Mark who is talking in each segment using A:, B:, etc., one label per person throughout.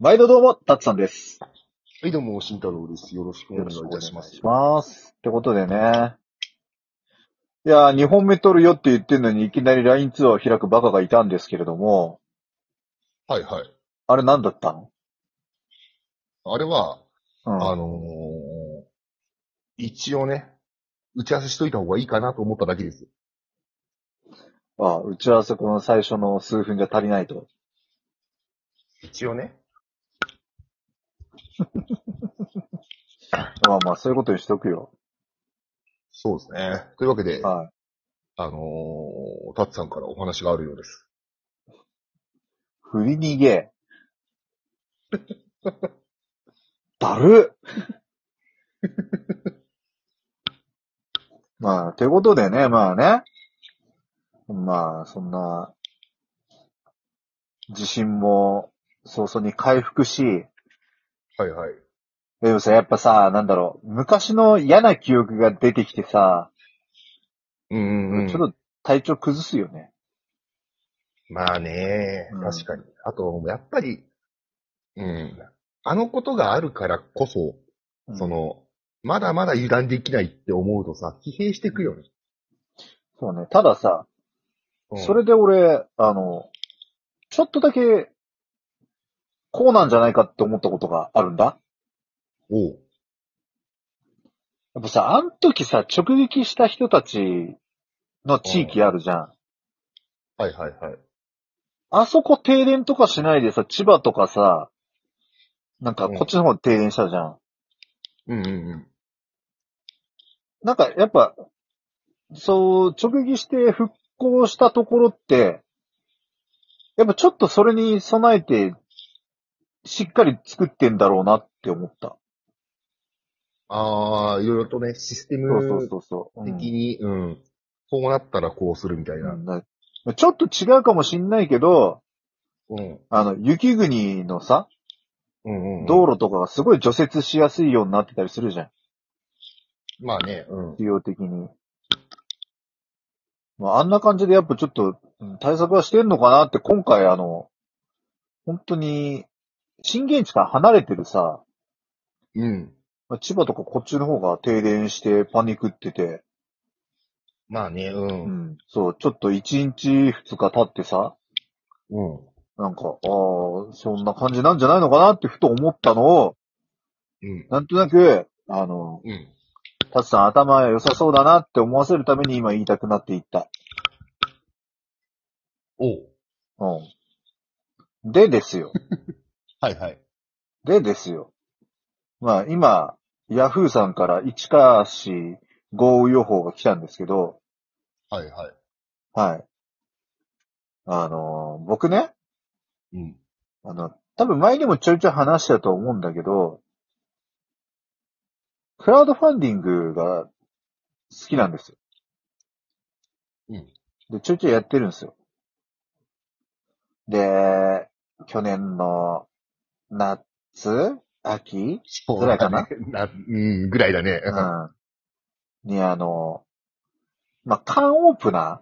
A: 毎度どうも、たつさんです。
B: はい、どうも、慎太郎です。よろしくお願いいたします。
A: ます。ってことでね。いやー、2本目取るよって言ってんのに、いきなり LINE ツアーを開くバカがいたんですけれども、
B: はい、はい。
A: あれ何だったの
B: あれは、
A: うん。
B: あのー一応ね、打ち合わせしといた方がいいかなと思っただけです。
A: あ、打ち合わせこの最初の数分じゃ足りないと。
B: 一応ね。
A: まあまあ、そういうことにしとくよ。
B: そうですね。というわけで、
A: は
B: あのー、タッツさんからお話があるようです。
A: い。振り逃げ。だるっ まあ、てことでね、まあね。まあ、そんな、自信も早々に回復し、
B: はい、はい。
A: でもさ、やっぱさ、なんだろう、昔の嫌な記憶が出てきてさ、
B: うんうんうん。
A: ちょっと体調崩すよね。
B: まあね、
A: うん
B: 確かに。あと、やっぱり、うん、あのことがあるからこそ、
A: うん
B: その、まだまだ油断できないって思うとさ、疲弊していくよね。
A: そうね。たださ、
B: うん
A: それで俺、あの、ちょっとだけ、こうなんじゃないかって思ったことがあるんだ。
B: おう。
A: やっぱさ、あの時さ、直撃した人たちの地域あるじゃん。
B: はいはいはい。
A: あそこ停電とかしないでさ、千葉とかさ、なんかこっちの方停電したじゃん。
B: うんうんうん。
A: なんかやっぱ、そう、直撃して復興したところって、やっぱちょっとそれに備えて、しっかり作ってんだろうなって思った。
B: ああ、いろいろとね、システ
A: そうそう
B: ム
A: そうそう。うん
B: 的に、うん、こうなったらこうするみたいな。
A: うんなちょっと違うかもしんないけど、
B: うん。
A: あの、雪国のさ、
B: うんうん。
A: 道路とかがすごい除雪しやすいようになってたりするじゃん。
B: まあね、うん。
A: 必要的に。まあ、あんな感じでやっぱちょっとうん対策はしてんのかなって今回あの、本当に、震源地から離れてるさ、
B: うん。
A: まあ千葉とかこっちの方が停電してパニクってて、
B: まあね、う。
A: うんん、そう、ちょっと1日2日経ってさ、
B: うん。
A: なんか、ああ、そんな感じなんじゃないのかなってふと思ったのを、
B: うん。
A: なんとなく、あの、
B: うん。
A: タツさん頭良さそうだなって思わせるために今言いたくなっていった。
B: おう。
A: うん。でですよ。
B: はいはい。
A: でですよ。まあ今、ヤフーさんから市川市豪雨予報が来たんですけど、
B: はいはい。
A: はい。あのー僕ね、
B: うん。
A: あの、多分前にもちょいちょい話したと思うんだけど、クラウドファンディングが好きなんですよ。
B: うん。
A: で、ちょいちょいやってるんですよ。で、去年の夏秋
B: そう
A: ぐらいかな
B: だねなうん、ぐらいだね。
A: うん。にあの、まあ、缶オープナ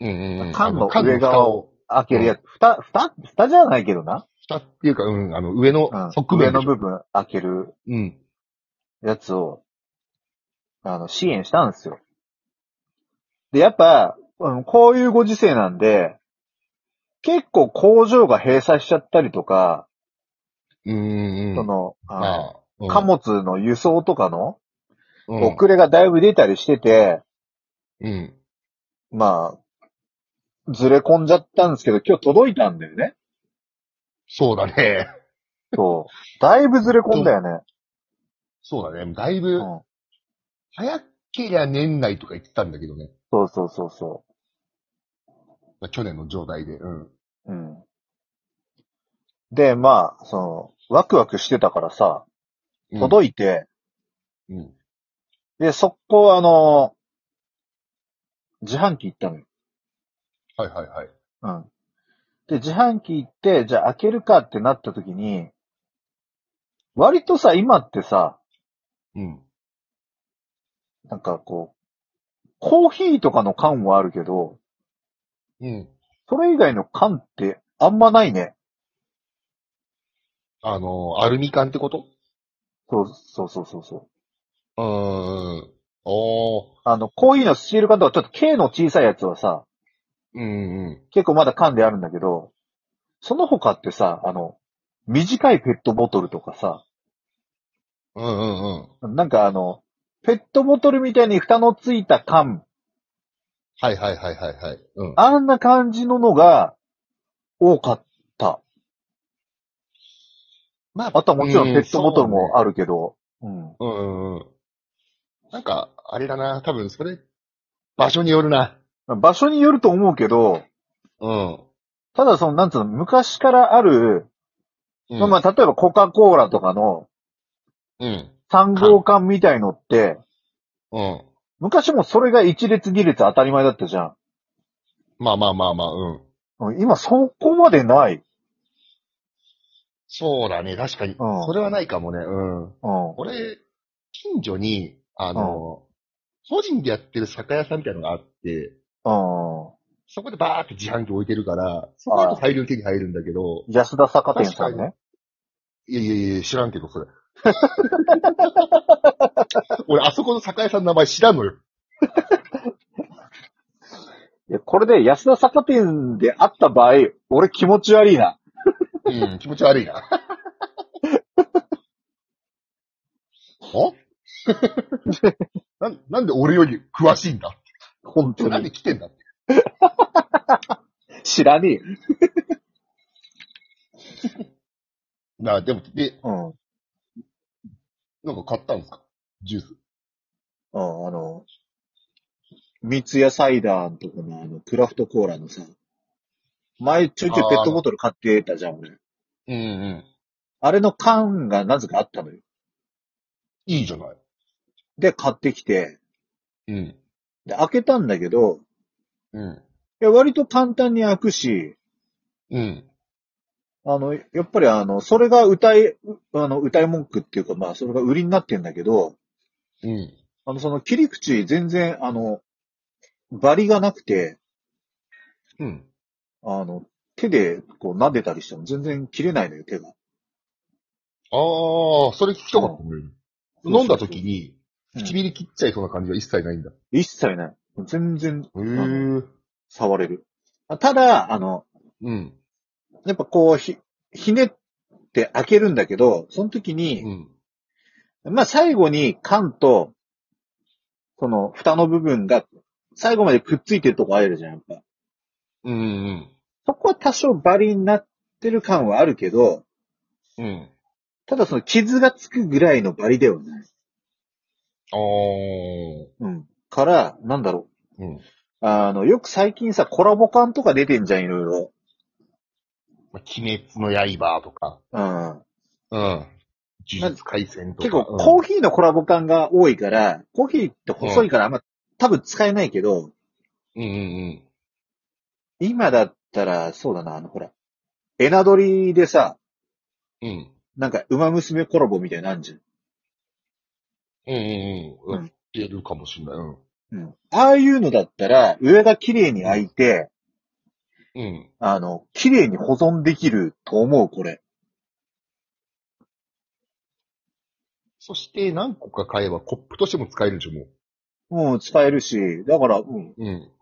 B: うんうんうん。
A: 缶の
B: あ
A: 上側を。ー開けるやつ、蓋、蓋、蓋じゃないけどな。
B: 下っていうか、うん、あの、上の
A: うん。
B: 側
A: 上
B: 面で
A: の
B: し
A: 部
B: ょ。
A: 分開ける
B: うん。
A: やつを、あの、支援したんですよ。で、やっぱ、あのこういうご時世なんで、結構工場が閉鎖しちゃったりとか、
B: うんうんう
A: そ
B: ん。
A: の、あの
B: まあ、
A: 貨物の輸送とかの
B: も
A: 遅れがだいぶ出たりしてて、
B: うん。
A: まあ、ずれ込んじゃったんですけど、今日届いたんだよ ね。
B: そうだね。
A: そう。だいぶずれ込んだよね。
B: そうだね。だいうぶ、
A: ん。
B: 早けりゃ年内とか言ってたんだけどね。
A: そうそうそうそ
B: 去年の状態で。うん。
A: う。うん。で、まあ、その、ワクワクしてたからさ、届いて、
B: いうん。
A: で、速攻あの、自販機行ったのよ。
B: はいはいはい。
A: うん。で、自販機行って、じゃあ開けるかってなった時に、割とさ、今ってさ、
B: うん。
A: なんかこう、コーヒーとかの缶はあるけど、
B: うん。
A: それ以外の缶ってあんまないね。
B: あの、アルミ缶ってこと
A: そう、そうそうそうそう。
B: うーん。おー。
A: あの、こういうのスチール缶とかちょっと径の小さいやつはさ、
B: うんうん。
A: 結構まだ缶であるんだけど、その他ってさ、あの、短いペットボトルとかさ、
B: うんうんうん。
A: なんかあの、ペットボトルみたいに蓋のついた缶、
B: はいはいはいはいはい。うん。
A: あんな感じののが多かった。
B: まあ
A: あとはもちろん
B: うん
A: ペットボトル
B: そうね
A: もあるけど、うん。
B: うんうんうん。なんか、あれだな、多分それ、場所によるな。
A: 場所によると思うけど、
B: うん。
A: ただその、なんつうの、昔からある、
B: うん
A: まあ、例えばコカ・コーラとかの
B: うん。
A: 3号缶みたいのって、
B: うん。
A: 昔もそれが一列二列当たり前だったじゃん。
B: まあまあまあまあ、うん。
A: うん今そこまでない。
B: そうだね、確かに。
A: うん
B: それはないかもね。うん。
A: うん。
B: 俺、近所に、あの、個人でやってる酒屋さんみたいなのがあって、
A: うん。
B: そこでバーって自販機置いてるから、そこだと大量に手に入るんだけど、
A: 安田酒店さんね。
B: いやいやいや、知らんけど、そ れ。俺、あそこの酒屋さんの名前知らんのよ。
A: いや、これで安田酒店であった場合、俺気持ち悪いな。
B: うん、気持ち悪いな。 あ なんなんで俺より詳しいんだ
A: 本当
B: なん
A: に。
B: で来てんだって。
A: 知らねえよ。
B: なあ、でも、で、
A: うん。うん、
B: なんか買ったんですかジュース。
A: あの、三ツ矢サイダーのとこのあの、クラフトコーラのさ、前ちょいちょいペットボトル買ってたじゃん、俺。
B: うんうん。
A: あれの缶がなぜかあったのよ。
B: いいじゃない。
A: で、買ってきて、
B: うん。
A: で、開けたんだけど、
B: うん。
A: いや、割と簡単に開くし、
B: うん。
A: あの、やっぱりあの、それが歌い、あの、歌い文句っていうか、まあ、それが売りになってんだけど、
B: うん。
A: あの、その切り口全然、あの、バリがなくて、
B: うん。
A: あの、手でこう撫でたりしても全然切れないのよ、手が。
B: ああ、それ聞きたかったね。
A: うん
B: 飲んだ時に、
A: うん
B: 唇切っちゃいそうな感じは一切ないんだ。へ
A: 一切ない。全然
B: え。
A: 触れる。あただ、あの、
B: うん。
A: やっぱこう、ひ、ひねって開けるんだけど、その時
B: う
A: に、
B: ん。
A: まあ、最後に缶と、その、蓋の部分が、最後までくっついてるとこあるじゃん、やっぱ。
B: うん
A: そこは多少バリになってる感はあるけど、
B: うん。うん。
A: ただその傷がつくぐらいのバリではない。
B: ああ。
A: うん。から、なんだろ
B: うん。
A: う。あの、よく最近さ、コラボ缶とか出てんじゃん、いろいろ。
B: まあ、鬼滅の刃とか、
A: うん。
B: うん。呪術廻戦とか。
A: 結構、
B: う
A: コーヒーのコラボ缶が多いから、コーヒーって細いからあんま、多分使えないけど、
B: ん、うんうん
A: 今だったら、そうだな、あの、ほら、エナドリでさ、
B: うん。うん。
A: なんか、馬娘コラボみたいなのあんじゃん。
B: うんうんうん。
A: うん
B: やってるかもしれない。うん。
A: うん。ああいうのだったら、上が綺麗に開いて、
B: うん。
A: あの、綺麗に保存できると思う、これ。
B: そして何個か買えばコップとしても使えるでしょ、も
A: もう使えるし、だから、うん、
B: う。うん。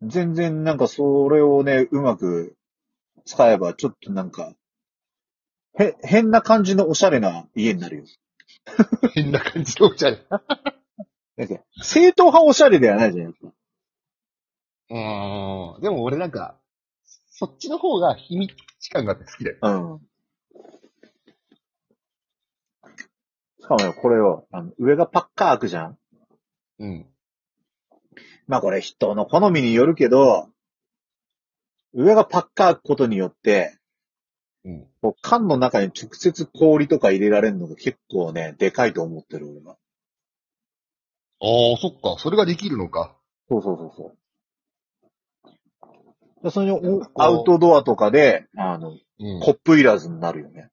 A: 全然なんかそれをね、うまく使えば、ちょっとなんか、へ、変な感じのおしゃれな家になるよ。
B: 変な感じのお茶で。
A: なんか、正統派おしゃれではないじゃん、やっぱ。
B: うーん。でも俺なんか、そっちの方が秘密時間があって好きだよ。
A: うん。しかもね、これを、あの上がパッカー開くじゃん。
B: うん。
A: まあこれ人の好みによるけど、上がパッカー開くことによって、
B: うん。
A: こう缶の中に直接氷とか入れられるのが結構ね、でかいと思ってる俺は。
B: ああ、そっか。それができるのか。
A: そうそうそうそう。でそれにお
B: こう
A: アウトドアとかで、あの、
B: うん
A: コップいらずになるよね。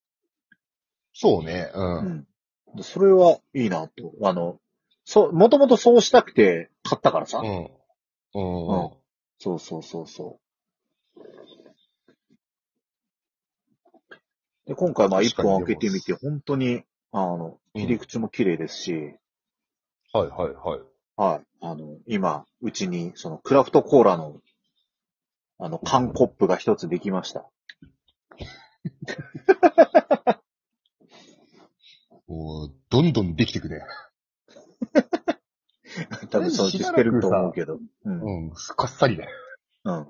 B: そうね。うん。
A: うん。でそれはいいなと。あの、そう、もともとそうしたくて買ったからさ。
B: うん。うん。
A: うんそうそうそうそう。で、今回まあ
B: 確
A: 一
B: かに
A: 本開けてみて、本当に、あの、
B: うん
A: 切り口も綺麗ですし、
B: はいはいはい。
A: はい。あの、今、うちに、その、クラフトコーラの、あの、缶コップが一つできました。
B: もう、どんどんできてくね。
A: 多分そうして捨てると思うけど。うん。うん。
B: うん、こっさ りね。
A: うん。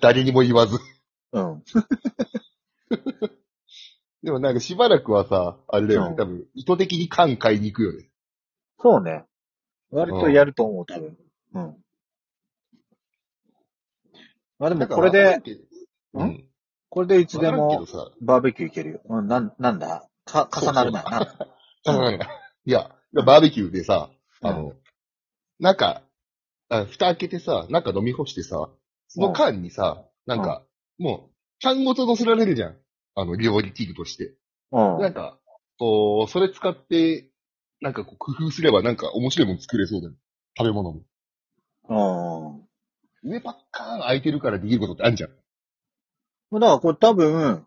B: 誰にも言わず。
A: うん。
B: でもなんかしばらくはさ、あれだよ
A: う
B: ね
A: ん。
B: 多分、意図的に缶買いに行くよね。
A: そうね。割とやると思う、多分。うん。まあでもこれで、、
B: うん。
A: これでいつで
B: わかる
A: も
B: けどさ、
A: バーベキューいけるよ。うん、なん、なんだか、重なるな。なんだ
B: あのなんか いや、バーベキューでさ、あの、なんか、あ蓋開けてさ、なんか飲み干してさ、その間にさ、なんか、もう、缶ごと乗せられるじゃん。あの、料理器具として。
A: うん。
B: なんか、こう、それ使って、なんかこう、工夫すればなんか面白いもの作れそうだよ。食べ物も。
A: うん。
B: 上ばっかーん開いてるからできることってあるじゃん。
A: だからこれ多分、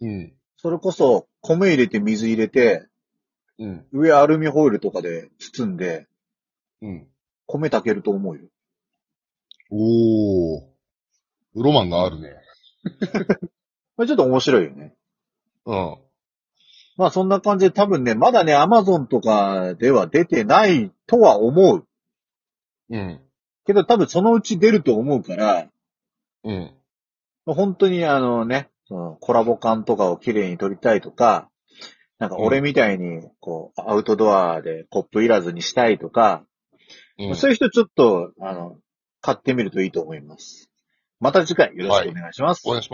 B: うん。
A: それこそ、米入れて水入れて、
B: うん。
A: 上アルミホイルとかで包んで、
B: うん。
A: 米炊けると思うよ。
B: おー。ロマンがあるね。
A: これちょっと面白いよね。
B: うん。
A: まあそんな感じで多分ね、まだね、アマゾンとかでは出てないとは思う。
B: うん。
A: けど多分そのうち出ると思うから、
B: うん。
A: 本当にあのね、そのコラボ感とかを綺麗に撮りたいとか、なんか俺みたいに、こう、アウトドアでコップいらずにしたいとか、
B: うん
A: そういう人ちょっと、あの、買ってみるといいと思います。また次回よろしくお願いします。
B: お願いします